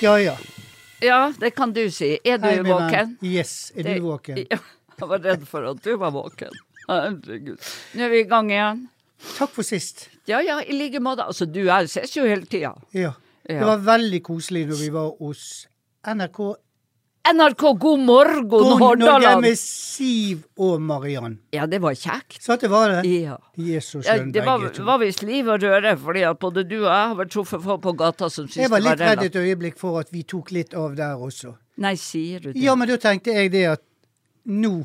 Ja, ja. Ja, det kan du si. Er du Hei, min venn. våken? Yes, er Det- du våken? Ja, jeg var redd for at du var våken. Herregud. Nå er vi i gang igjen. Takk for sist. Ja ja, i like måte. Altså, du og jeg ses jo hele tida. Ja. Det Ja. var veldig koselig når vi var hos NRK NRK God morgen, God Norge Hordaland! med Siv og Mariann. Ja, det var kjekt. Sant det var det? Ja. De er så Ja, skjønne, det var, begge to. var visst liv og røre, fordi at både du og jeg har vært truffet folk på gata som syns Jeg var det litt var redd relativt et øyeblikk for at vi tok litt av der også. Nei, sier du det? Ja, men da tenkte jeg det at nå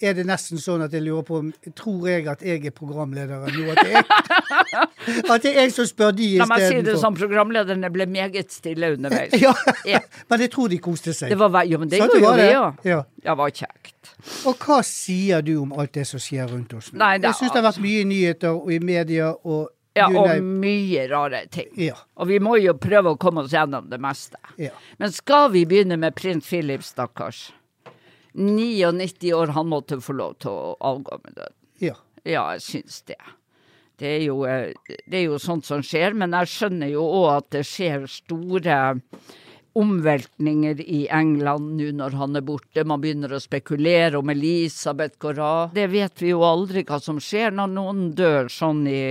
er det nesten sånn at jeg lurer på om Tror jeg at jeg er programlederen nå? At det er, at det er jeg som spør de La meg si det istedenfor? sånn, programlederne ble meget stille underveis. Ja. Ja. Men jeg tror de koste seg. Det var, ve- jo, men det Sant gjorde jo vi det? òg. Ja. Ja, var kjekt. Og hva sier du om alt det som skjer rundt oss nå? Nei, det er- jeg syns det har vært mye i nyheter og i media og Ja, you og name- mye rare ting. Ja. Og vi må jo prøve å komme oss gjennom det meste. Ja. Men skal vi begynne med prins Philip, stakkars? 99 år, han måtte få lov til å avgå med døden. ja. Ja, jeg syns det. Det er, jo, eh, det er jo sånt som skjer, men jeg skjønner jo òg at det skjer store omveltninger i England nå når han er borte. Man begynner å spekulere om Elisabeth går av. Det vet vi jo aldri hva som skjer når noen dør sånn i,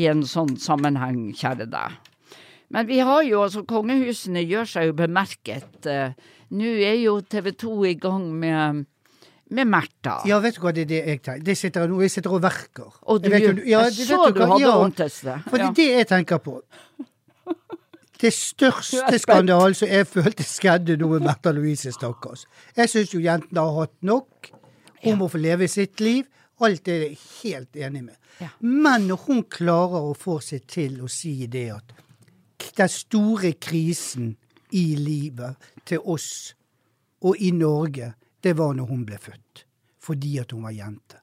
i en sånn sammenheng, kjære deg. Men vi har jo, altså kongehusene gjør seg jo bemerket. Eh, Nå er jo TV 2 i gang med, med Märtha. Ja, vet du hva, det er det jeg tenker. Det sitter jeg nå, jeg sitter og verker. Og du jeg vet gjør- jo- ja, jeg det så vet du hva, hadde ja, vondt et sted. For det Ja. er det jeg tenker på. Det Du er største spent. skandalen som jeg følte skjedde nå med Märtha Louise, stakkars. Jeg syns jo jentene har hatt nok. Hun må få leve sitt liv. Alt er jeg helt enig med. Ja. Men når hun klarer å få seg til å si det at den store krisen i livet til oss og i Norge, det var når hun ble født. Fordi at hun var jente.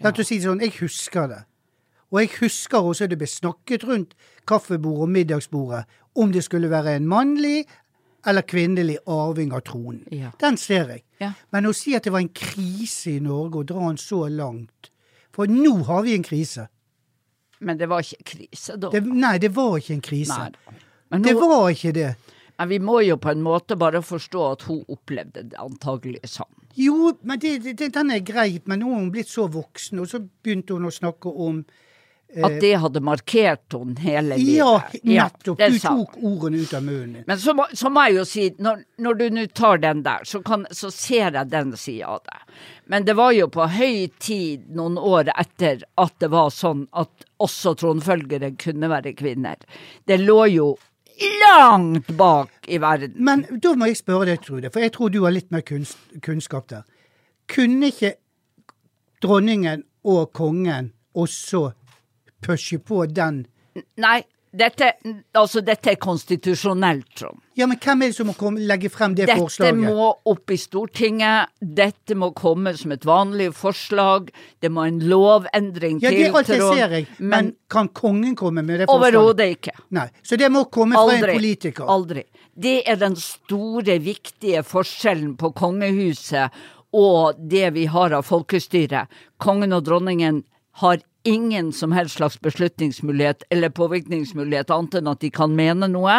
La oss si det sånn, jeg husker det. Og jeg husker også det ble snakket rundt kaffebordet og middagsbordet om det skulle være en mannlig eller kvinnelig arving av tronen. Ja. Den ser jeg. Ja. Men å si at det var en krise i Norge, og dra den så langt For nå har vi en krise. Men det var ikke krise da. Det, nei, det var ikke en krise. Nei da. Men, Det nå, var ikke det. men vi må jo på en måte bare forstå at hun opplevde det antagelig sånn. Jo, men det, det, det- den er greit, men nå har hun blitt så voksen, og så begynte hun å snakke om At det hadde markert henne hele Eh. Ja, livet. nettopp! det Du sa hun. tok ordene ut av munnen din. Men så må, så må jeg jo si, når, når du nå tar den der, så, kan, så ser jeg den sida av det. Men det var jo på høy tid noen år etter at det var sånn at også tronfølgere kunne være kvinner. Det lå jo langt bak i verden. Men da må jeg spørre deg, Trude, for jeg tror du har litt mer kunst, kunnskap der. Kunne ikke dronningen og kongen også pushe på den Nei, dette, altså, dette er konstitusjonelt, Trond. Ja, men hvem er det som må komme, legge frem det Dette forslaget? må opp i Stortinget. Dette må komme som et vanlig forslag. Det må en lovendring ja, til. det er alt jeg Trond. ser, jeg. Men, Men kan kongen komme med det forslaget? overhodet ikke. Nei. Så det må komme fra Aldri. en politiker. Aldri. Det er den store, viktige forskjellen på kongehuset og det vi har av folkestyre. Kongen og dronningen har ingen som helst slags beslutningsmulighet eller påvirkningsmulighet, annet enn at de kan mene noe.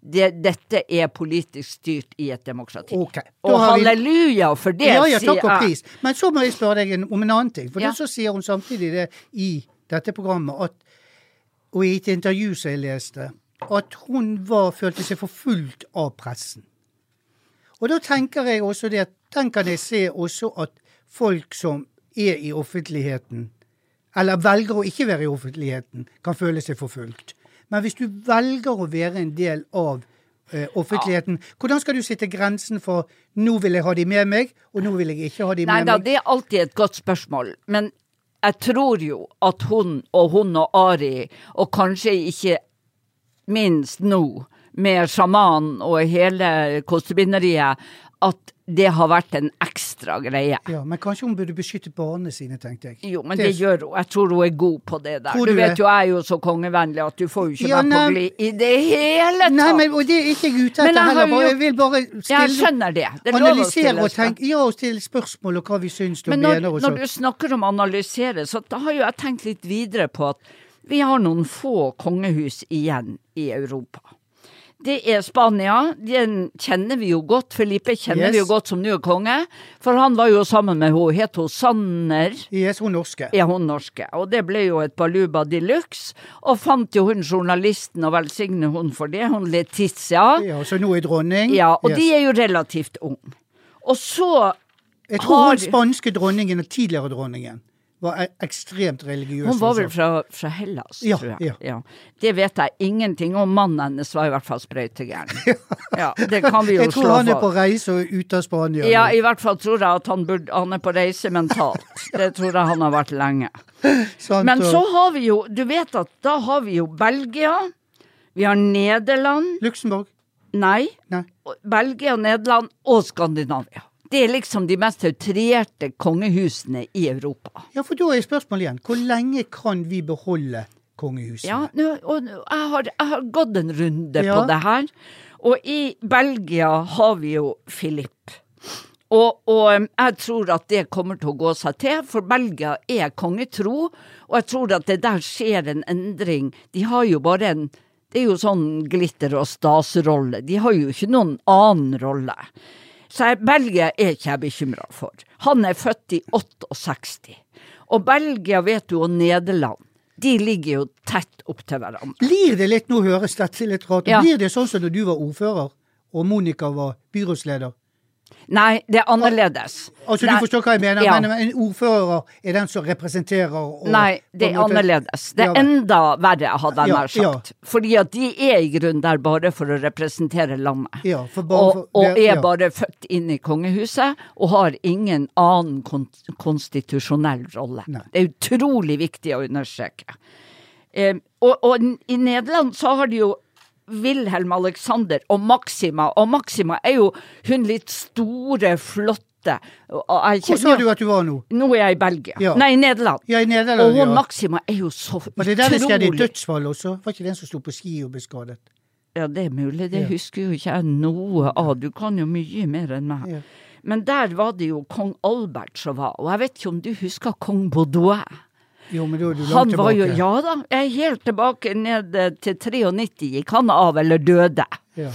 Det, dette er politisk styrt i et demokrati. Ok. Da Og har vi- halleluja for det, ja, ja, sier takk og jeg. pris. Men så må jeg spørre deg en- om en annen ting. For Ja. det så sier hun samtidig det i dette programmet, at, og i et intervju som jeg leste, at hun var, følte seg forfulgt av pressen. Og da tenker jeg også det at den kan jeg se også at folk som er i offentligheten, eller velger å ikke være i offentligheten, kan føle seg forfulgt. Men hvis du velger å være en del av eh, offentligheten, hvordan skal du sitte grensen for 'nå vil jeg ha de med meg', og 'nå vil jeg ikke ha de Nei med da, meg'? det er alltid et godt spørsmål. Men jeg tror jo at hun og hun og Ari, og kanskje ikke minst nå, med sjamanen og hele kostebinderiet, at det har vært en ekstra greie. Ja, men kanskje hun burde beskytte barna sine, tenkte jeg. Jo, men det, gjør hun. Jeg tror hun er god på det der. Tror Du du vet det? jo, jeg er jo så kongevennlig at du får jo ikke Ja, være nei. på glid i det hele tatt. Nei, men, og det er ikke jeg ute Men jeg etter har heller. jo- bare- Jeg vil bare stille, Jeg skjønner det. Det er lov å analysere stille og spørsmål. tenke Ja, og stille spørsmål og hva vi syns og Men mener når, og når du sånn. snakker om analysere, så da har jo jeg tenkt litt videre på at vi har noen få kongehus igjen i Europa. Det er Spania. Den kjenner vi jo godt. Felipe kjenner Yes. vi jo godt som ny konge. For han var jo sammen med henne. Het hun Sanner? Yes, hun norske. er hun norske. Og det ble jo et baluba de luxe. Og fant jo hun journalisten, og velsigne hun for det, hun Letizia. Ja, så nå er dronning. Ja, og Yes. de er jo relativt unge. Og så Jeg tror har- hun spanske dronningen og tidligere dronningen var e- ekstremt religiøs. Hun var vel liksom. fra, fra Hellas, Ja, tror jeg. ja. Det vet jeg ingenting om. Mannen hennes var i hvert fall sprøytegæren. Ja, det kan vi jo jeg tror slå han er fast. på reise og ute av Spania. nå. Ja, i hvert fall tror jeg at han, burde, han er på reise mentalt. Det tror jeg han har vært lenge. Sant, Men og så har vi jo, du vet at da har vi jo Belgia, vi har Nederland, Luxembourg? nei, Nei. og- Belgia, Nederland og Skandinavia. Det er liksom de mest outrerte kongehusene i Europa. Ja, for da er spørsmålet igjen. Hvor lenge kan vi beholde kongehuset? Ja, nå, og nå- jeg har, jeg har gått en runde på Ja. det her. Og i Belgia har vi jo Philip. Og, og em, jeg tror at det kommer til å gå seg til, for Belgia er kongetro. Og jeg tror at det der skjer en endring. De har jo bare en Det er jo sånn glitter- og stasrolle. De har jo ikke noen annen rolle. Så jeg- Belgia er ikke jeg bekymra for. Han er født i 68. Og Belgia, vet du, og Nederland, de ligger jo tett opp til hverandre. Blir det litt, nå høres dette litt rart ut, Ja. blir det sånn som da du var ordfører og Monica var byrådsleder? Nei, det er annerledes. Altså, Nei. Du forstår hva jeg mener? Ja. men en ordfører er den som representerer og, Nei, på det en er måte- annerledes. Det Ja, er vel. enda verre, hadde jeg Ja, nær sagt. Fordi at de er i grunnen der bare for å representere landet. Ja, for bare Og, for- og det- er ja. bare født inn i kongehuset, og har ingen annen kon konstitusjonell rolle. Nei. Det er utrolig viktig å understreke. Eh, og, og n- i Nederland så har de jo Wilhelm Alexander og Maxima, og Maxima er jo hun litt store, flotte og- og Hvor jeg kjenner- sa du at du var nå? Nå er jeg i Belgia. Ja. Nei, i Nederland. Ja, i Nederland. Og hun ja. Maxima er jo så Var det der det skjedde i utrolig dødsfall også? Var ikke den som sto på ski og ble skadet? Ja, det er mulig, det husker jo ikke jeg noe av. Du kan jo mye mer enn meg. Ja. Men der var det jo kong Albert som var, og jeg vet ikke om du husker kong Baudouin? Jo, men da er du langt Han var jo, tilbake. ja da, jeg er helt tilbake ned eh, til 93 gikk han av eller døde. Ja.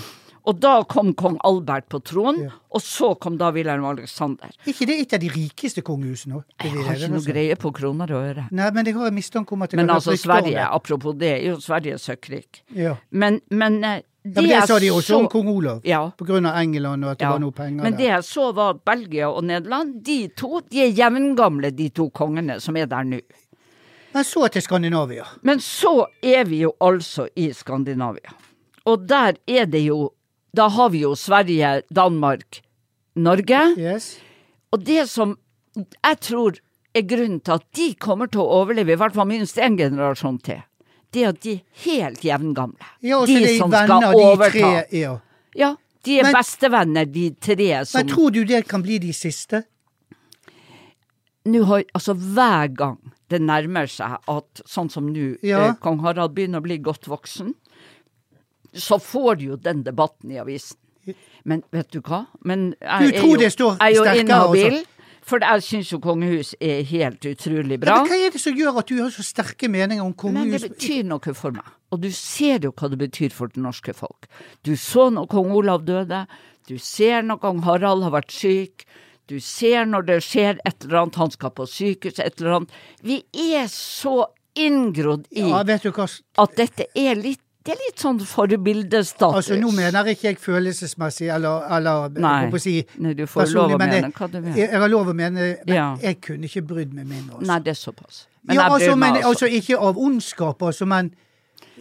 Og da kom kong Albert på tronen, Ja. og så kom da Wilhelm Alexander. Er ikke det et av de rikeste kongehusene? nå? Det Jeg vil har ikke noe altså. greie på kroner og øre. Nei, men jeg har en mistanke om at det Men kan være altså, rykter om det. Sverige, apropos det, er jo Sverige søkkrik. Ja. Men, men eh, det, Ja, men det jeg sa de også så- om kong Olav, Ja. på grunn av England og at det Ja, var noe penger Men det der. jeg så var at Belgia og Nederland, de to, de er jevngamle, de to kongene som er der nå. Men så til Skandinavia. Men så er vi jo altså i Skandinavia. Og der er det jo Da har vi jo Sverige, Danmark, Norge. Yes. Og det som jeg tror er grunnen til at de kommer til å overleve, i hvert fall minst én generasjon til, det er at de er helt jevngamle. Ja, og så de er det som venner, skal overta. de tre. Ja. Ja, de er Men- bestevenner, de tre som Men tror du det kan bli de siste? nå har, altså Hver gang det nærmer seg at sånn som nå, Ja. eh, kong Harald begynner å bli godt voksen, så får du jo den debatten i avisen. Men vet du hva? Men jeg Du er tror jo- det står jeg er jo sterkere, inhabil, altså. for jeg syns jo kongehus er helt utrolig Ja, bra. men hva er det som gjør at du har så sterke meninger om Men det kongehus? betyr noe for meg. Og du ser jo hva det betyr for det norske folk. Du så når kong Olav døde, du ser når kong Harald har vært syk, du ser når det skjer et eller annet, han skal på sykehus, et eller annet. Vi er så inngrodd i Ja, vet du hva? s- at dette er litt det er litt sånn forbildestatus. Altså, nå mener ikke jeg følelsesmessig, eller, eller Nei. jeg holdt på å si, Nei, du får lov å men jeg- mene hva du vil. Jeg, jeg har lov å mene, men Ja. jeg kunne ikke brydd meg mindre. altså. Nei, det er såpass. Men ja, jeg bryr altså, men, meg altså. altså ikke av ondskap, altså, men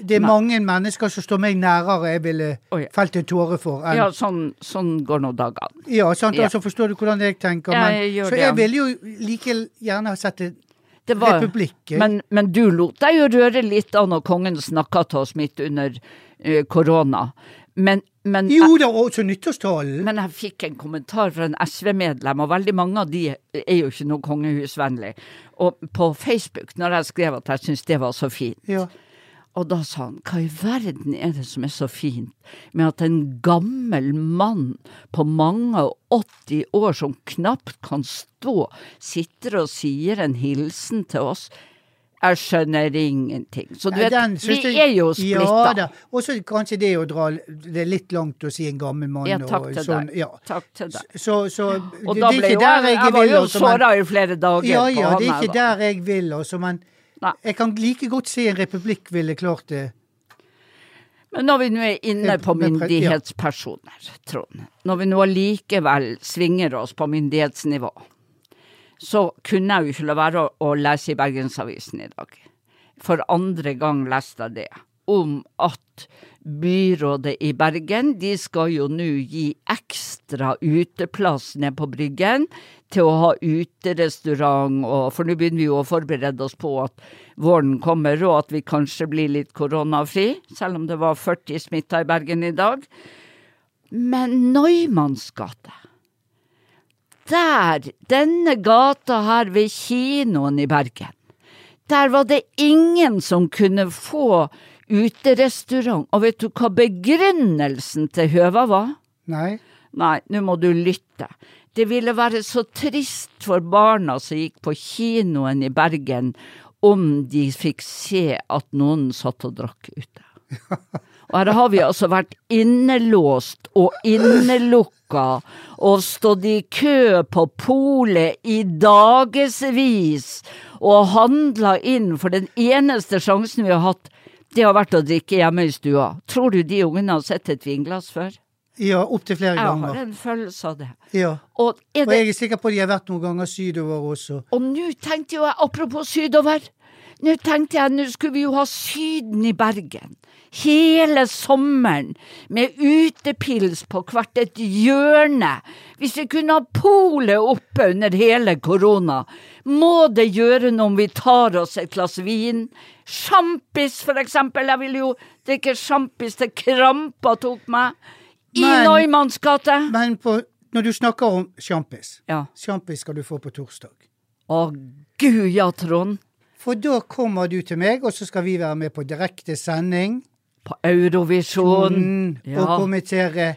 det er mange mennesker som står meg nærere jeg ville Å, ja. felt en tåre for. Enn, ja, Ja, sånn, sånn går nå dagene. sant? Ja. Altså, forstår du hvordan jeg tenker? Ja, Men, jeg gjør så det, ja. jeg ville jo like gjerne ha sett det det var, Republikk, ikke? Men, men du lot deg jo røre litt av når kongen snakka til oss midt under eh, korona. Men, men, jeg, Jo da, også nyttårstalen. men jeg fikk en kommentar fra en SV-medlem, og veldig mange av de er jo ikke noe kongehusvennlig. Og på Facebook, når jeg skrev at jeg syntes det var så fint, Ja. og da sa han, hva i verden er det som er så fint med at en gammel mann på mange og 80 år som knapt kan stå, sitter og sier en hilsen til oss? Jeg skjønner ingenting. Så du Nei, vet, den synes vi jeg- er jo Ja splitta. da. Og så kanskje det å dra det litt langt å si en gammel mann Ja, takk og til sånn. deg. Ja. Takk til deg. Så, så Og det, da det er ble ikke jo der jeg jeg, Jeg var vil jo også, men- såra i flere dager Ja, på ja, han det er her, ikke da. der jeg vil også, men Nei. jeg kan like godt se en republikk ville klart det. Men når vi nå er inne på Men- men- ja. myndighetspersoner, Trond. Når vi nå allikevel svinger oss på myndighetsnivå, så kunne jeg jo ikke la være å- å lese i Bergensavisen i dag. For andre gang leste jeg det. Om at byrådet i Bergen, de skal jo nå gi ekstra uteplass nede på Bryggen til å ha uterestaurant og For nå begynner vi jo å forberede oss på at våren kommer og at vi kanskje blir litt koronafri, selv om det var 40 smitta i Bergen i dag. Men Neumanns gate Der, denne gata her ved kinoen i Bergen, der var det ingen som kunne få uterestaurant. Og vet du hva begrunnelsen til Høva var? Nei. Nei, nå må du lytte. Det ville være så trist for barna som gikk på kinoen i Bergen, om de fikk se at noen satt og drakk ute. Og her har vi altså vært innelåst og innelukka og stått i kø på polet i dagevis og handla inn, for den eneste sjansen vi har hatt, det har vært å drikke hjemme i stua. Tror du de ungene har sett et vinglass før? Ja, opptil flere Jeg har ganger. en følelse av det. Ja. Og, er Og det, jeg er sikker på at de har vært noen ganger sydover også. og nå tenkte jo jeg, apropos sydover, nå tenkte jeg, nå skulle vi jo ha Syden i Bergen. Hele sommeren, med utepils på hvert et hjørne. Hvis vi kunne ha polet oppe under hele korona, må det gjøre noe om vi tar oss et glass vin? Sjampis, for eksempel. Jeg ville jo drikke sjampis til krampa tok meg. I Men- Neumanns gate. Men på, når du snakker om sjampis Ja. Sjampis skal du få på torsdag. Å gud ja, Trond. For da kommer du til meg, og så skal vi være med på direkte sending På Eurovisjon. mm, Ja. og kommentere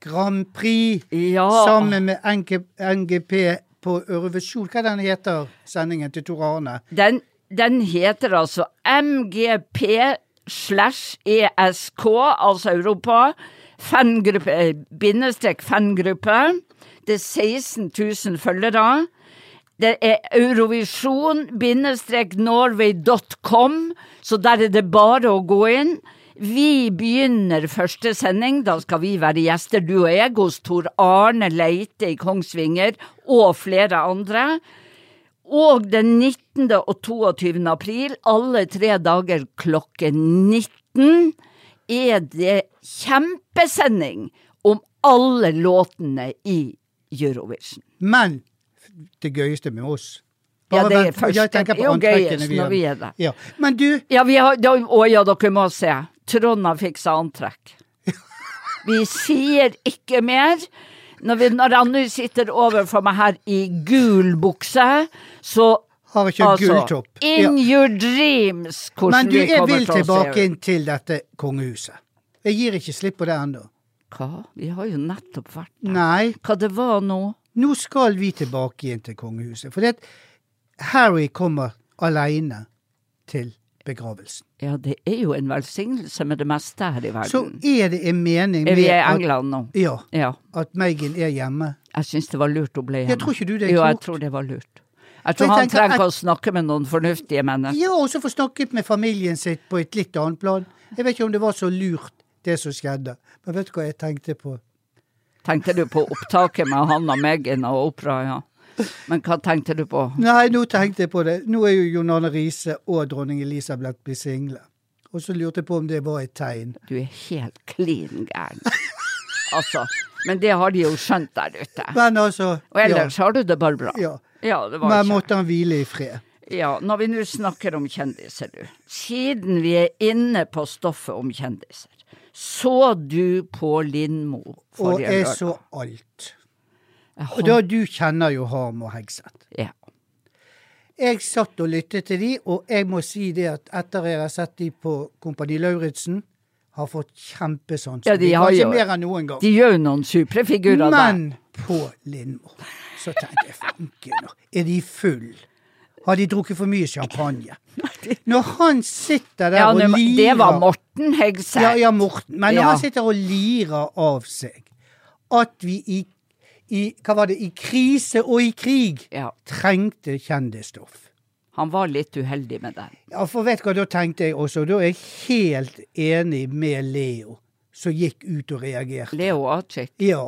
Grand Prix Ja. sammen med NG, NGP på Eurovisjon. Hva den heter sendingen til Tor Arne? Den, den heter altså MGP slash ESK, altså Europa. Fangruppe, eh, bindestrek fangruppe. Det er 16 000 følgere. Det er eurovisjon-norway.com, så der er det bare å gå inn. Vi begynner første sending, da skal vi være gjester, du og jeg, hos Tor Arne Leite i Kongsvinger og flere andre. Og den 19. og 22. april, alle tre dager klokken 19, er det kjempesending om alle låtene i Eurovision. Men det gøyeste med oss Ja, det er vent, først- jeg tenker det på er jo antrekkene gøyest vi når vi har. er der. Ja. Men du, Ja, vi har, da, å ja, dere må se. Trond har fiksa antrekk. Vi sier ikke mer. Når, vi, når han nå sitter overfor meg her i gul bukse, så Har ikke gulltopp. Ja. In your dreams, Altså, hvordan men du vi jeg kommer vil til å se ut. tilbake inn til dette kongehuset. Jeg gir ikke slipp på det ennå. Hva? Vi har jo nettopp vært Nei, Hva det var nå? nå skal vi tilbake igjen til kongehuset. For det, at Harry kommer aleine til begravelsen. Ja, det er jo en velsignelse med det meste her i Så verden. er det en mening er vi i at, England nå? ja, Ja. at Megan er hjemme. Jeg syns det var lurt hun ble hjemme. Jeg tror ikke du det er Jo, jeg klokt. tror det var lurt. jeg Jeg tror han tenker trenger å snakke med noen fornuftige mennesker. Ja, og så få snakket med familien sitt på et litt annet plan. Jeg vet ikke om det var så lurt, det som skjedde. Men vet du hva jeg tenkte på? Tenkte du på opptaket med han og Megan og opera, ja. Men hva tenkte du på? Nei, nå tenkte jeg på det. Nå er jo Jon Arne Riise og dronning Elisabeth blitt single. Og så lurte jeg på om det var et tegn. Du er helt klin gæren. Altså. Men det har de jo skjønt der ute. Men altså Og ellers har du det bare bra. Ja. Ja, det ja. var Men ikke måtte han hvile i fred. Ja, når vi nå snakker om kjendiser, du. Siden vi er inne på stoffet om kjendiser. Så du på Lindmo Og forrige jeg lørdag? så alt. Jeg Og håper- da du kjenner jo Harm og Hegseth. Ja. Jeg satt og lyttet til de, og jeg må si det at etter jeg har sett de på Kompani Lauritzen, har fått kjempesans. Ja, for de de, har Kanskje jo- mer enn noen gang. De gjør jo noen supre figurer der. Men på Lindmo så tenkte jeg fanken, nå er de full? har de drukket for mye champagne. Når han sitter der Ja, og nå må- lirer det var Morten Hegseth. Ja, ja, Morten. Men når Ja. han sitter og lirer av seg at vi i, i Hva var det? I krise og i krig Ja, trengte kjendisstoff. Han var litt uheldig med den. Ja, for vet du hva, da tenkte jeg også, da er jeg helt enig med Leo, som gikk ut og reagerte. Leo Ajik. Ja.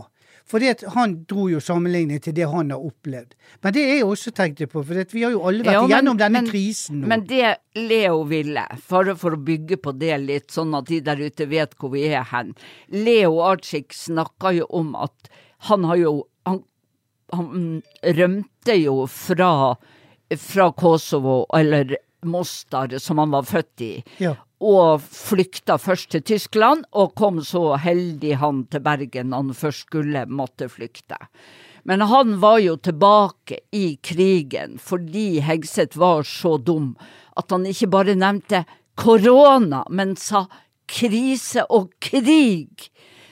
For han dro jo sammenligning til det han har opplevd. Men det jeg også tenkte på, for det, vi har jo alle vært Ja, men- igjennom denne men- krisen nå. Men det Leo ville, for, for å bygge på det litt, sånn at de der ute vet hvor vi er hen Leo Ajik snakka jo om at han har jo Han, han rømte jo fra, fra Kosovo, eller Mostar, som han var født i. Ja. Og flykta først til Tyskland, og kom så heldig han til Bergen når han først skulle måtte flykte. Men han var jo tilbake i krigen fordi Hegseth var så dum at han ikke bare nevnte korona, men sa krise og krig.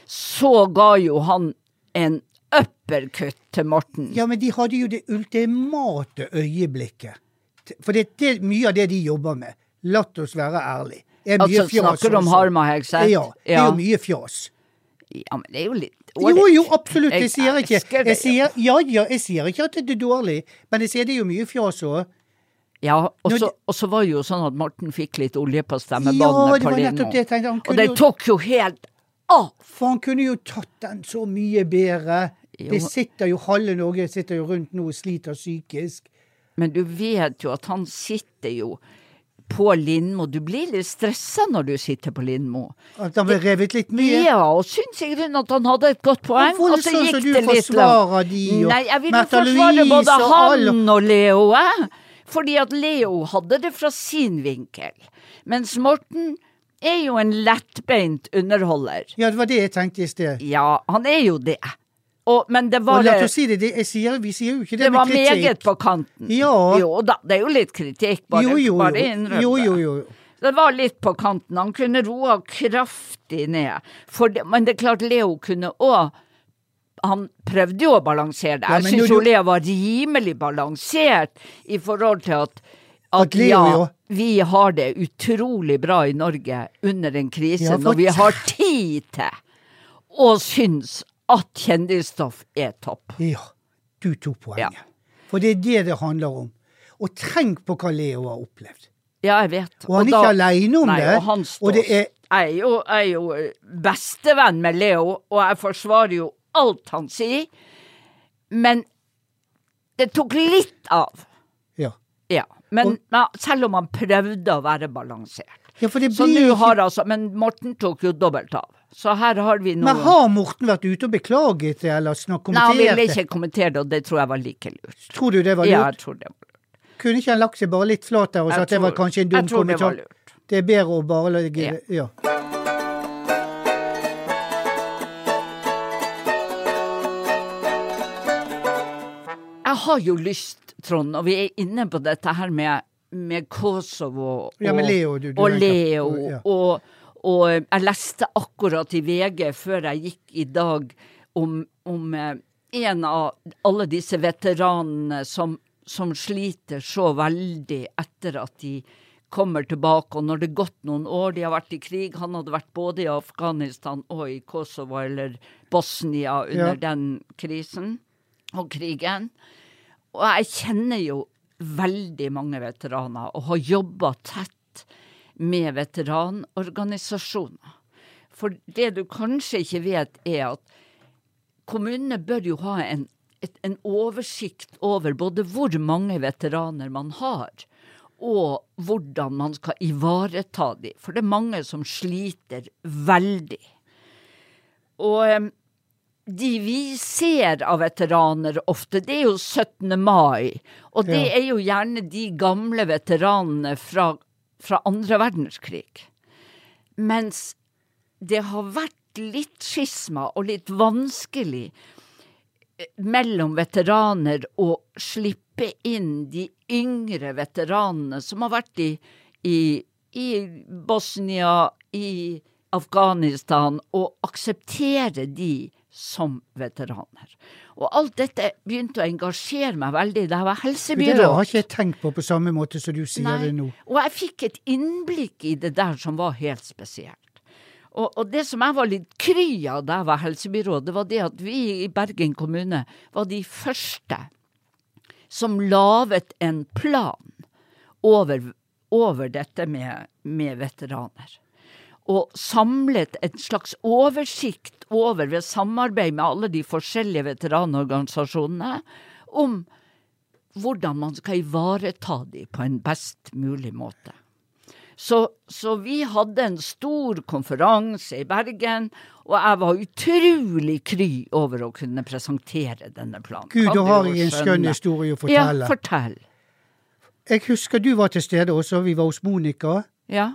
Så ga jo han en uppercut til Morten. Ja, men de hadde jo det ultimate øyeblikket. T- For det er det- mye av det de jobber med. La oss være ærlig. Det er Altså, snakker du om også. Harma Hegseth? Ja. Det er Ja. jo mye fjas. Ja, men det er jo litt Jo, jo, absolutt. Jeg Jeg sier ikke elsker det, jeg sier, ja, ja, jeg sier ikke at det er dårlig, men jeg sier det er jo mye fjas òg. Ja, og Når så, det- og så var det jo sånn at Morten fikk litt olje på Ja, stemmebåndet det på var Lindmo. nettopp det jeg tenkte. Han Og kunne det jo- tok jo helt av! For han kunne jo tatt den så mye bedre. Jo. Det sitter jo halve Norge sitter jo rundt nå og sliter psykisk. Men du vet jo at han sitter jo på Lindmo. Du blir litt stressa når du sitter på Lindmo. At han ble revet litt med. Ja, og syns i grunnen at han hadde et godt poeng, Og og så voldsomt gikk som du det litt forsvarer de, og Nei, jeg vil jo Märtha forsvare Louise både og alle. han og Leo, jeg. Fordi at Leo hadde det fra sin vinkel. Mens Morten er jo en lettbeint underholder. Ja, det var det jeg tenkte i sted. Ja, han er jo det. Og, men det var og la det- oss si det, det jeg sier, vi sier jo ikke det, Det var med kritikk. meget på kanten. Ja. Jo da, det er jo litt kritikk, bare, jo, jo, bare jo. innrøm jo, jo, det. jo. Det var litt på kanten. Han kunne roa kraftig ned. For det, men det er klart, Leo kunne òg han prøvde jo å balansere det. Ja, Jeg men syns når jo du- Leo var rimelig balansert i forhold til at, at, At Leo, ja, ja. vi har det utrolig bra i Norge under en krise, Ja, for- når vi har tid til å synes at kjendisstoff er topp. Ja, du tok poenget. Ja. For det er det det handler om. Og tenk på hva Leo har opplevd. Ja, jeg vet. Og han er ikke alene om nei, det. Og, han Og det er- jeg, er jo, jeg er jo eh, bestevenn med Leo, og jeg forsvarer jo alt han sier. Men det tok litt av. Ja, Ja. Men ja, selv om han prøvde å være balansert. ja for det Så blir nå jo har ikke altså Men Morten tok jo dobbelt av. Så her har vi noe Men har Morten vært ute og beklaget det, eller snakket Nei, han ville kommentert det? ikke kommentere det, og det tror jeg var like lurt. Tror du det var Ja, lurt? jeg tror det var lurt. Kunne ikke han lagt seg bare litt flat der og Jeg sagt at det var tror- kanskje en jeg dum tror det var kommentar? lurt. Det er bedre å bare legge Ja. Ja. Jeg har jo lyst, Trond, og vi er inne på dette her med, med Kosovo og, Ja, med Leo, du- du og, vet at- Leo ja. og, og jeg leste akkurat i VG før jeg gikk i dag om, om eh, en av alle disse veteranene som, som sliter så veldig etter at de kommer tilbake, og når det er gått noen år, de har vært i krig, han hadde vært både i Afghanistan og i Kosovo eller Bosnia under Ja. den krisen og krigen. Og jeg kjenner jo veldig mange veteraner, og har jobba tett med veteranorganisasjoner. For det du kanskje ikke vet, er at kommunene bør jo ha en, et, en oversikt over både hvor mange veteraner man har, og hvordan man skal ivareta dem. For det er mange som sliter veldig. Og em, de vi ser av veteraner ofte, det er jo 17. mai. Og det er jo gjerne de gamle veteranene fra, fra andre verdenskrig. Mens det har vært litt skisma og litt vanskelig eh, mellom veteraner å slippe inn de yngre veteranene som har vært i, i, i Bosnia, i Afghanistan, og akseptere de som veteraner. Og alt dette begynte å engasjere meg veldig da jeg Det der var har helsebyråd. ikke jeg tenkt på på samme måte som du sier Nei, det nå. Og jeg fikk et innblikk i det der som var helt spesielt. Og, og det som jeg var litt kry av da jeg var helsebyråd, det var det at vi i Bergen kommune var de første som laget en plan over, over dette med, med veteraner. Og samlet en slags oversikt over, ved samarbeid med alle de forskjellige veteranorganisasjonene, om hvordan man skal ivareta de på en best mulig måte. Så, så vi hadde en stor konferanse i Bergen, og jeg var utrolig kry over å kunne presentere denne planen. Gud, Kan da du har jo jeg en skjønne. skjønn historie å fortelle. Ja, fortell. Jeg husker du var til stede også, vi var hos Monica. Ja.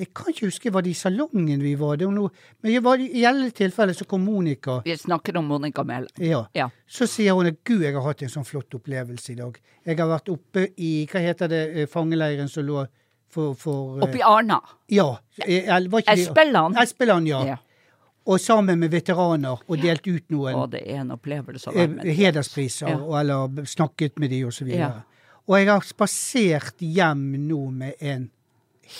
Jeg kan ikke huske var det i salongen vi var, det var noe, men jeg var, i alle tilfeller så kom Monica. Vi snakker om Monica Mæhl. Ja. Ja. Så sier hun at 'Gud, jeg har hatt en sånn flott opplevelse i dag'. Jeg har vært oppe i hva heter det, eh, fangeleiren som lå for, for eh, Oppi Arna. Ja. eh, eller var ikke det- Espeland. Espeland, ja. Ja. Og sammen med veteraner og delt ut noen Og det er en opplevelse å eh, være med. hederspriser, Ja. og- eller b- snakket med de og så Ja. videre. Og jeg har spasert hjem nå med en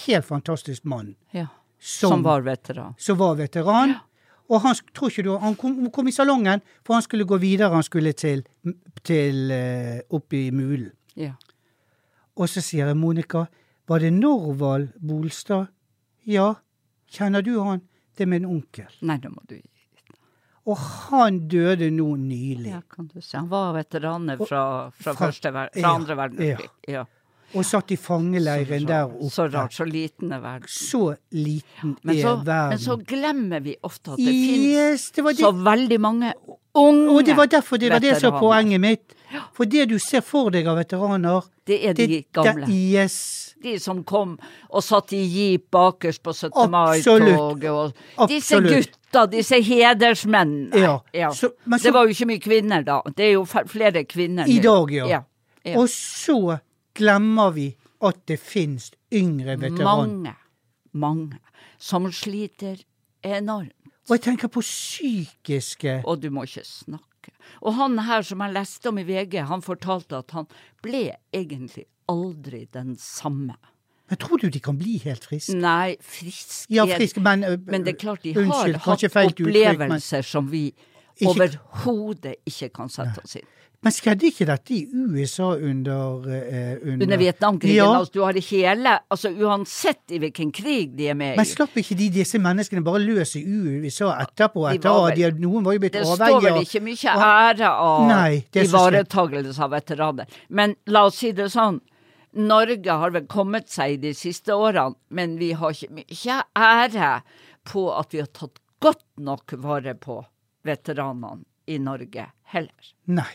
helt fantastisk mann Ja. som, Som var. var veteran. som var veteran. Og han, sk- tror ikke du, han kom, kom i salongen, for han skulle gå videre. Han skulle til, til eh, opp i Mulen. Ja. Og så sier jeg, Monica, var det Norvald Bolstad? Ja, kjenner du han? Det er min onkel. Nei, nå må du Og han døde nå nylig. Ja, kan du se. Han var veteraner fra, fra, fra- første ver fra ja, andre verdenskrig. Ja. Og satt i fangeleiren der oppe. Så rart. Så liten er verden. Så liten Men så, er verden. men så glemmer vi ofte at det finnes yes, det var det. så veldig mange unge og det var derfor det var det som var veteraner. poenget mitt. For det du ser for deg av veteraner Det er de det- gamle. Det, yes. De som kom og satt i jeep bakerst på 17. Absolutt. mai-toget. og Disse Absolutt. gutta, disse hedersmennene. Ja, så- men så- det var jo ikke mye kvinner da. Det er jo fe- flere kvinner I nå. dag, ja. ja. ja. Og så glemmer vi at det fins yngre veteraner. mange, mange som sliter enormt. Og jeg tenker på psykiske Og du må ikke snakke. Og han her som jeg leste om i VG, han fortalte at han ble egentlig aldri den samme. Men tror du de kan bli helt friske? Nei, frisk Ja, er- friske, men øh, Mm. Men det er klart de unnskyld, har kanskje feil hatt uttrykk, men- opplevelser som vi Ikke- overhodet ikke kan sette oss inn. Men skjedde ikke dette i USA under eh, Under Vietnamkrigen, Ja, altså du har det hele Altså uansett i hvilken krig de er med Men i. slapp ikke de disse menneskene bare løs i USA etterpå? De Etter, var var vel- de, noen var jo blitt Det avhengige står vel av- ikke mye av- ære av Nei, det er så slett. ivaretagelse av veteraner. Men la oss si det sånn. Norge har vel kommet seg de siste årene, men vi har ikke mye ære på at vi har tatt godt nok vare på veteranene i Norge heller. Nei.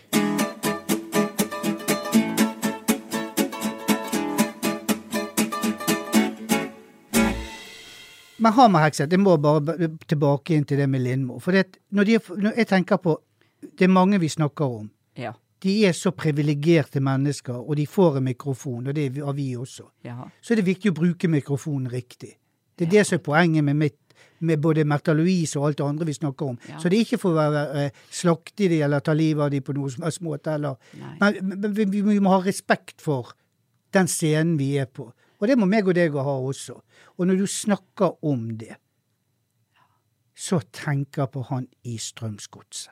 Men Hamar Hekseth, jeg må bare b- b- tilbake inn til det med Lindmo. For det, at når, de, når jeg tenker på Det er mange vi snakker om. Ja. De er så privilegerte mennesker, og de får en mikrofon, og det har vi også. ja. så er det viktig å bruke mikrofonen riktig. Det er det som er poenget med mitt med både Märtha Louise og alt det andre vi snakker om. Ja. Så det er ikke for å være, eh, slakte de eller ta livet av de på noen som helst måte. Eller. Nei. Men, men vi, vi må ha respekt for den scenen vi er på. Og det må meg og deg ha også. Og når du snakker om det, så tenker jeg på han i Strømsgodset.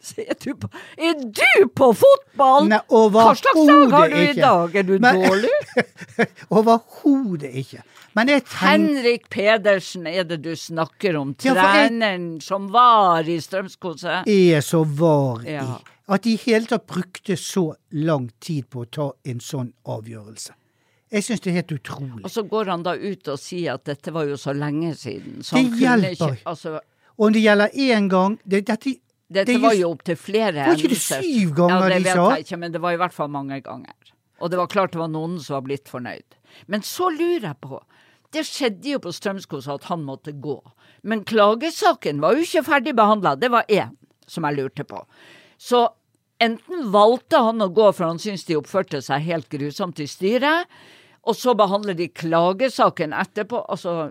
Se, Er du på, er du på fotball?! Nei, Hva slags dag har du overhodet i dag? Er du Men- dårlig? Overhodet ikke. Men jeg tenker Henrik Pedersen er det du snakker om, Ja, for jeg- treneren som var i Strømsgodset. er så var Ja. i. At de i hele tatt brukte så lang tid på å ta en sånn avgjørelse. Jeg syns det er helt utrolig. Og så går han da ut og sier at dette var jo så lenge siden. Så Det han kunne hjelper. Ikke, altså, Og om det gjelder én gang det, dette, dette det er var just- jo opptil flere Var ikke det syv ganger ja, det de vet sa? Jeg ikke, men det var i hvert fall mange ganger. Og det var klart det var noen som var blitt fornøyd. Men så lurer jeg på Det skjedde jo på Strømskos at han måtte gå. Men klagesaken var jo ikke ferdig behandla. Det var én som jeg lurte på. Så enten valgte han å gå, for han syntes de oppførte seg helt grusomt i styret, og så behandler de klagesaken etterpå. Altså,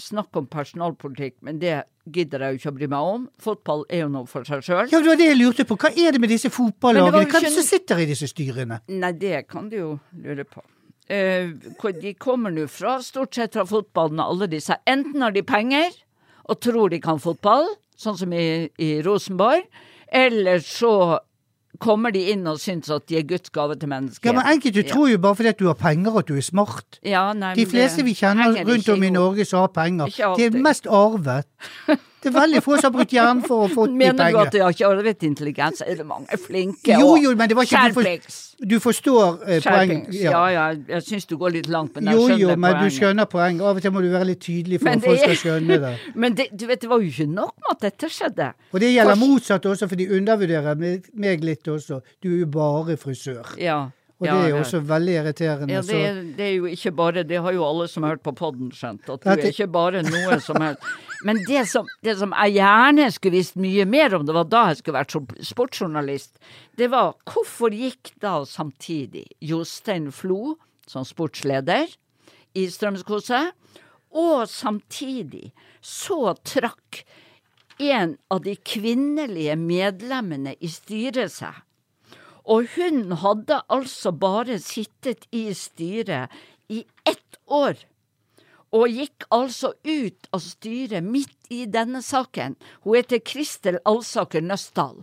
snakk om personalpolitikk, men det gidder jeg jo ikke å bry meg om. Fotball er jo noe for seg sjøl. Ja, det var det jeg lurte på. Hva er det med disse Men fotballagene? det var jo Hvem ikke- som sitter i disse styrene? Nei, det kan du jo lure på. Eh, hvor de kommer nå fra, stort sett fra fotballen, alle disse. Enten har de penger og tror de kan fotball, sånn som i, i Rosenborg, eller så kommer de inn og syns at de er Guds gave til mennesket. Ja, men Enkelte Ja. tror jo bare fordi at du har penger at du er smart. Ja, nei, De men fleste det vi kjenner henger rundt ikke om i ihop. Norge som har penger, Ikke alltid. de er mest arvet. Det er veldig få som har brukt hjernen for å få de Mener du at pengene. de har ikke arvet intelligens? Er det mange flinke? Jo, og jo, men det var ikke du, for, Skjerpings! du forstår eh, poeng. Skjerpings. Ja. ja, jeg syns du går litt langt, men jeg Jo, skjønner jo, men du poenget. skjønner poeng. Av og til må du være litt tydelig for Men at folk det er- skal skjønne det. Men det, du vet, det var jo ikke nok med at dette skjedde. Og det gjelder Fors- motsatt også, for de undervurderer meg- meg litt også. Du er jo bare frisør. Ja. Og ja, det er jo også altså- veldig irriterende. ja, det, så- er, det er jo ikke bare Det har jo alle som har hørt på podden skjønt, at du Dette- er ikke bare noe som helst. Men det som, det som jeg gjerne skulle visst mye mer om, det var da jeg skulle vært som sportsjournalist, det var hvorfor gikk da samtidig Jostein Flo som sportsleder i Strømskoset, og samtidig så trakk en av de kvinnelige medlemmene i styret seg. Og hun hadde altså bare sittet i styret i ett år. Og gikk altså ut av styret midt i denne saken. Hun heter Kristel Alsaker Nøsdal.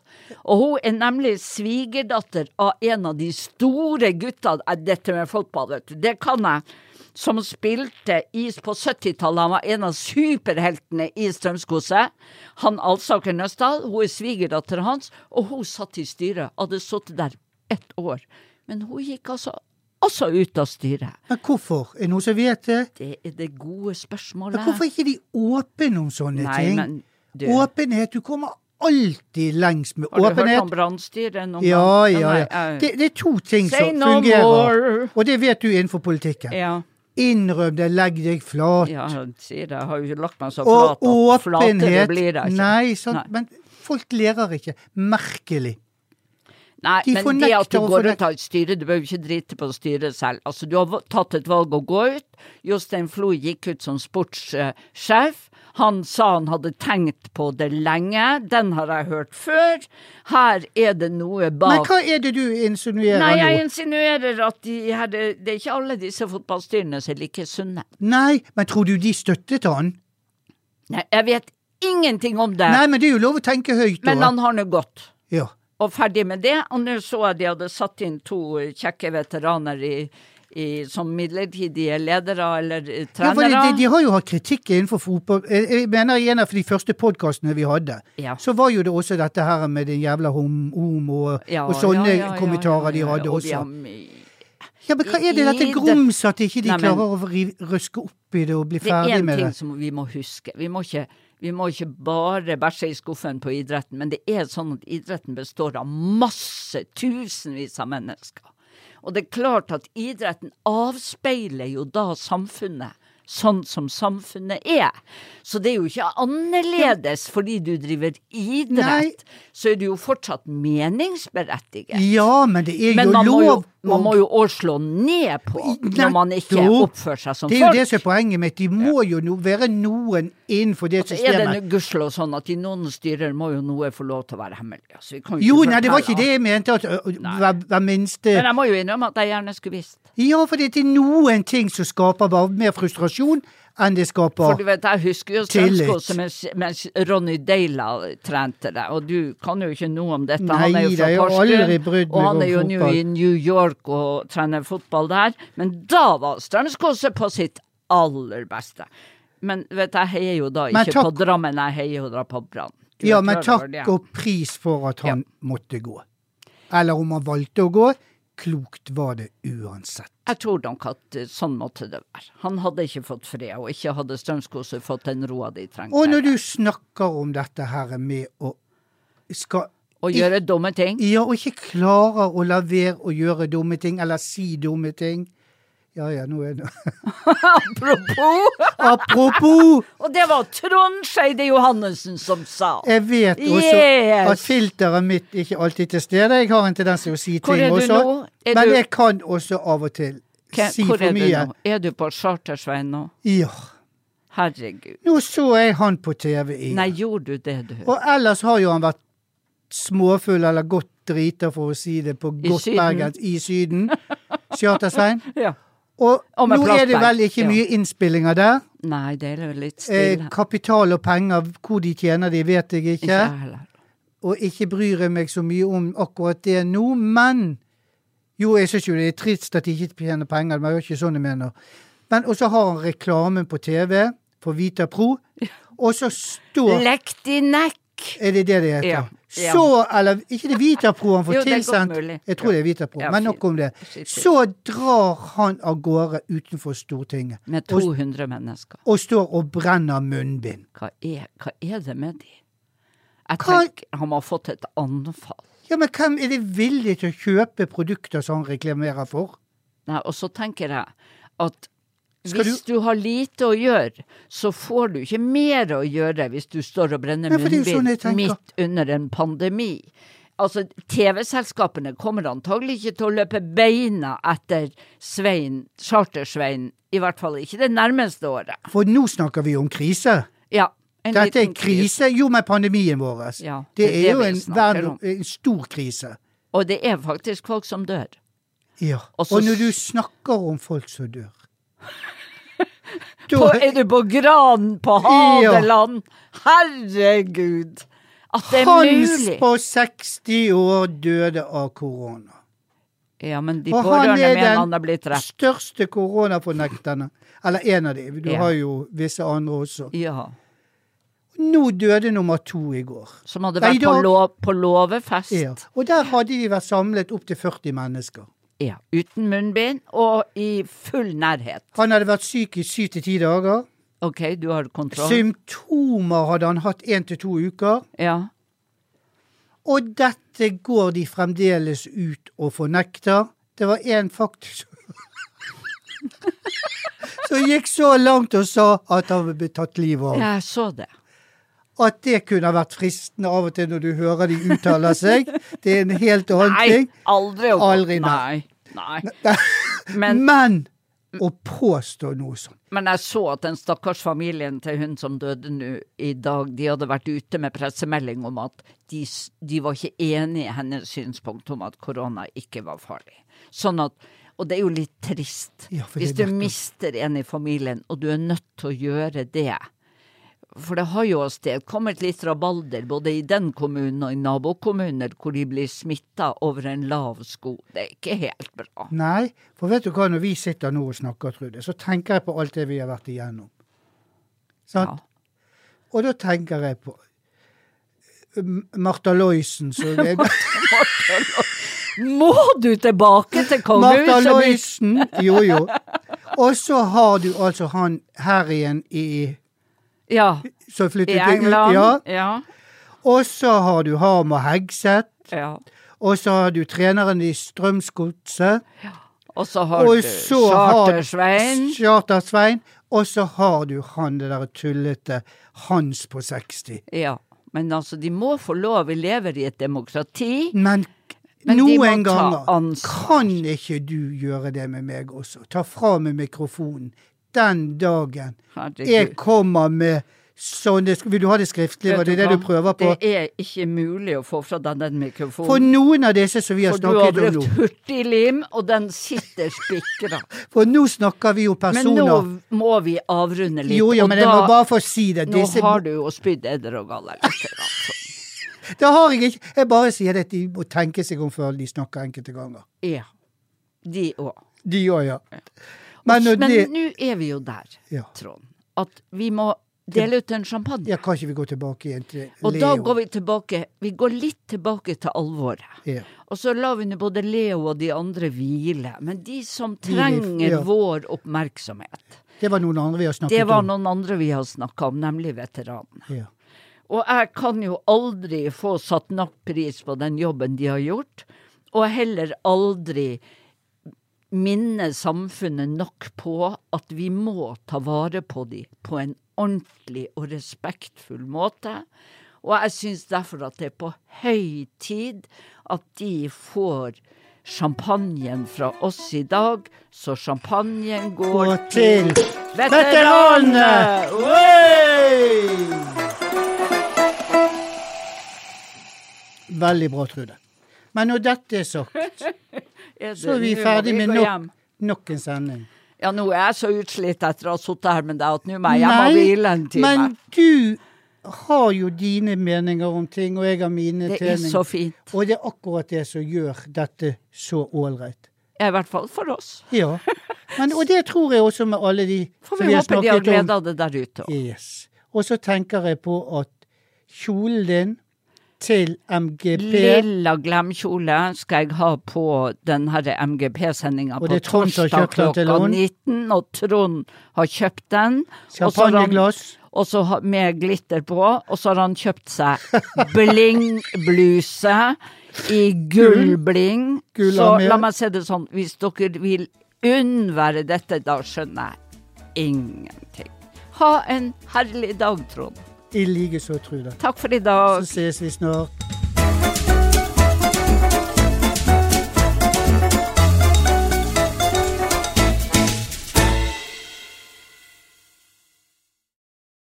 Og hun er nemlig svigerdatter av en av de store gutta eh, Dette med fotball, vet du, det kan jeg. Som spilte is på 70-tallet. Han var en av superheltene i Strømskoset. Han Alsaker Nøsdal, hun er svigerdatter hans, og hun satt i styret. Hadde sittet der ett år. Men hun gikk altså også ut av styret. Men hvorfor? Er det noen som vet det? Det er det gode spørsmålet. Men hvorfor er ikke de åpne om sånne Nei, ting? men du, Åpenhet. Du kommer alltid lengst med har du hørt åpenhet. om brannstyret noen Ja, gang? ja, Nei, ja. jeg- Det, det er to ting Say som no fungerer. more. Og det vet du innenfor politikken. ja, Innrøm det, legg deg flat. ja, han sier det. Jeg har jo ikke lagt meg så og flat at flatere åpenhet blir det ikke. Nei, sant, Nei. men folk lærer ikke. Merkelig. Nei, de men det fornekter at du å går fornek- ut av et styre, du behøver ikke drite på styret selv. Altså, du har va- tatt et valg å gå ut. Jostein Flo gikk ut som sportssjef. Han sa han hadde tenkt på det lenge. Den har jeg hørt før. Her er det noe bak Men hva er det du insinuerer Nei, jeg nå? insinuerer at de her, det er ikke alle disse fotballstyrene som er like sunne. Nei, men tror du de støttet han? Nei, jeg vet ingenting om det, Nei, men det er jo lov å tenke høyt, da. men han har nå gått. Ja. Og ferdig med det. Og nå så jeg de hadde satt inn to kjekke veteraner i, i, som midlertidige ledere eller eh, Ja, for de, trenere. de, de har jo hatt kritikk innenfor fotball. Jeg jeg mener i en av de første podkastene vi hadde, Ja. så var jo det også dette her med den jævla hom- homo og, Ja, og sånne ja, ja, ja, kommentarer ja, ja, de hadde og de har også. mye- ja, men hva er det dette i det- grums at ikke de Nei, men- klarer å ri- røske opp i det og bli Det er ferdig én med ting det? som vi må huske. Vi må, ikke, vi må ikke bare bæsje i skuffen på idretten, men det er sånn at idretten består av masse, tusenvis av mennesker. Og det er klart at idretten avspeiler jo da samfunnet. Sånn som samfunnet er. Så det er jo ikke annerledes fordi du driver Nei. idrett. Så er du jo fortsatt meningsberettiget. Ja, men det er Men jo man må jo, lov man å- må jo også slå ned på når man ikke Nettopp. oppfører seg som Det folk. er jo det som er poenget mitt. De må jo no, være noen innenfor det Så er det systemet. nå gudskjelov sånn at i noen styrer må jo noe få lov til å være hemmelig. Altså, vi kan jo Jo, ikke nei, det var ikke det fortelle alt. jeg mente. At, ø, ø, hver, hver minste Men jeg må jo innrømme at jeg gjerne skulle visst. Ja, for det er noen ting som skaper bare mer frustrasjon enn det For du skaper vet, jeg husker jo Tillit. Strømskog mens, mens Ronny Deila trente det, og du kan jo ikke noe om dette. han Nei, er jo det er fra jo aldri Porsgrunn, brydd og meg han om er jo nå fotball. i New York og trener fotball der. Men da var Strømskog på sitt aller beste. Men vet, jeg heier jo da Men ikke takk- på Drammen, jeg heier jo da på Brann. Du Ja, er men klar over takk det? og pris for at han måtte gå. Eller om han valgte å gå. Klokt var det uansett. Jeg tror nok at eh, sånn måtte det være. Han hadde ikke fått fred, og ikke hadde Strømskoset fått den roa de trengte. Og når du snakker om dette her med å skal Og gjøre dumme ting. Ja, og ikke klarer å la være å gjøre dumme ting, eller si dumme ting. Ja ja, nå er det Apropos! Apropos! Og det var Trond Skeide Johannessen som sa. Jeg vet også Yes! at filteret mitt ikke alltid er til stede. Jeg har en tendens til å si Hvor ting er du også. nå? Er men du- jeg kan også av og til Ke- si Hvor for er du mye. nå? Er du på Chartersveien nå? Ja. Herregud. Nå så jeg han på TV i Nei, gjorde du det, du? Og ellers har jo han vært småfull eller godt drita, for å si det på I godt Syden. bergensk, i Syden. Charter-Svein. Ja. Og Og med nå er det plastbag, vel ikke ja. mye innspillinger der. Nei, det er jo litt Eh, stille. kapital og penger, hvor de tjener de, vet jeg Ikke ikke. jeg heller. Og ikke bryr jeg meg så mye om akkurat det nå, men Jo, jeg syns jo det er trist at de ikke tjener penger, men det er jo ikke sånn jeg mener. Men også har han reklamen på TV for Vita Pro, og så står Lekk de nekk! Er det det det heter? Ja, ja. Så, eller ikke det Vitapro han får Jo, det er godt tilsendt. mulig. Jeg tror det er Vitapro, Ja, men fint. nok om det. Skitt. Så drar han av gårde utenfor Stortinget Med og, 200 mennesker. og står og brenner munnbind. Hva er, hva er det med de? Jeg Hva- tenker han må ha fått et anfall. Ja, men hvem er det villig til å kjøpe produkter som han reklamerer for? Nei, og så tenker jeg at Skal hvis du... har lite å gjøre, så får du ikke mer å gjøre hvis du står og brenner Nei, for det er jo sånn munnbind jeg tenker. midt under en pandemi. Altså, TV-selskapene kommer antagelig ikke til å løpe beina etter Svein, Charter-Svein, i hvert fall ikke det nærmeste året. For nå snakker vi om krise. Ja, en Dette er liten krise. krise, jo, med pandemien vår. Ja, det det er er jo det vi en, snakker verden- om. en stor krise. Og det er faktisk folk som dør. Ja. Og Og, så- når du snakker om folk som dør På, da- er du på Gran, på Hadeland? Herregud! At det er Hans mulig! på 60 år døde av korona. Ja, men de Og pårørende han er mener han har den blitt drept. største koronafornekterne. Eller en av dem. Du Ja. har jo visse andre også. Ja. Nå døde nummer to i går. Som hadde Nei, vært på, da- lov, på låvefest. Ja. Ja. Og der hadde de vært samlet opptil 40 mennesker. Uten munnbind og i full nærhet. Han hadde vært syk i syv til ti dager. OK, du har kontroll? Symptomer hadde han hatt én til to uker. Ja. Og dette går de fremdeles ut og fornekter. Det var én faktisk som gikk så langt og sa at han ble tatt livet av. Jeg så det. At det kunne ha vært fristende av og til når du hører de uttaler seg. Det er en helt annen Nei, ting. aldri å gå Aldri, Nei. Nei. Men, Men å påstå noe sånt men jeg så at den stakkars familien til hun som døde nå i dag, de hadde vært ute med pressemelding om at de, s- de var ikke enig i hennes synspunkt om at korona ikke var farlig. Sånn at Og det er jo litt trist. Ja, for Hvis det er du nettopp- mister en i familien, og du er nødt til å gjøre det For det har jo avstedkommet litt rabalder, både i den kommunen og i nabokommuner, hvor de blir smitta over en lav sko. Det er ikke helt bra. Nei, for vet du hva, når vi sitter nå og snakker, Trude, så tenker jeg på alt det vi har vært igjennom. Sant? Ja. Og da tenker jeg på M- Martha Loisen som er Må du tilbake til Martha kongehuset? mitt? Loisen! Jo, jo. Og så har du altså han her igjen i Ja. Som flyttet I til England. Ja. Ja. Og så har du Harm og Hegseth. ja. Og så har du treneren i Strømsgodset. Og så har Og du så har Charter-Svein. Charter-Svein. Og så har du han det der tullete Hans på 60. Ja. Men altså, de må få lov. Vi lever i et demokrati. Men, Men de må noen ta ganger ansvar. kan ikke du gjøre det med meg også. Ta fra meg mikrofonen den dagen jeg Herregud. kommer med sånne sk- Vil du ha det skriftlig? Var det det du hva? prøver på? Det er ikke mulig å få fra deg den mikrofonen. For noen av disse som vi har For du har snakket om brukt nå hurtiglim, og den sitter spikra. For nå snakker vi jo Men nå personer må vi avrunde litt. Jo, jo, og men da, jeg må bare få si det. nå Disse, har du jo spydd edder og galler litt. Altså. det har jeg ikke. Jeg bare sier det at de må tenke seg om før de snakker enkelte ganger. Ja. De òg. De òg, ja. Men når Men det nå er vi jo der, Ja. Trond, at vi må dele ut en champagne. Ja, kan ikke vi gå tilbake igjen til Leo? Og da går vi tilbake Vi går litt tilbake til alvoret. Ja. Og så lar vi nå både Leo og de andre hvile. Men de som Hvile, trenger ja. vår oppmerksomhet, Det var noen andre vi har snakket det var om. noen andre vi har snakka om, nemlig veteranene. Ja. Og jeg kan jo aldri få satt nok pris på den jobben de har gjort, og heller aldri minne samfunnet nok på at vi må ta vare på de på en ordentlig og respektfull måte. Og jeg syns derfor at det er på høy tid at de får Champagnen fra oss i dag, så champagnen går Gå til veteranene! veteranene! Oi! Veldig bra, Trude. Men når dette er sagt, det- så er vi nå må ferdig med gå nok, hjem. nok en sending. Ja, nå er jeg så utslitt etter å ha sittet her med deg at nå må jeg hjem og hvile en time. men du har jo dine meninger om ting, og jeg har mine det er trening. så fint. Og det er akkurat det som gjør dette så ålreit. Ja, I hvert fall for oss. Ja. Men, og det tror jeg også med alle de Får vi, håpe de har glede av det der ute òg. Yes. Og så tenker jeg på at kjolen din til MGP Lilla glemkjole skal jeg ha på den her MGP-sendinga Og på det er Trond som har torsdag kjøpt den til klokka Lund. 19. Og Trond har kjøpt den. og så har han- Champagneglass. Og så har- med glitter på. Og så har han kjøpt seg bling-bluse i gullbling. Gull Så armé. la meg si det sånn, hvis dere vil unnvære dette, da skjønner jeg ingenting. Ha en herlig dag, Trond. I like så, Trude. Takk for i dag. Så ses vi snart.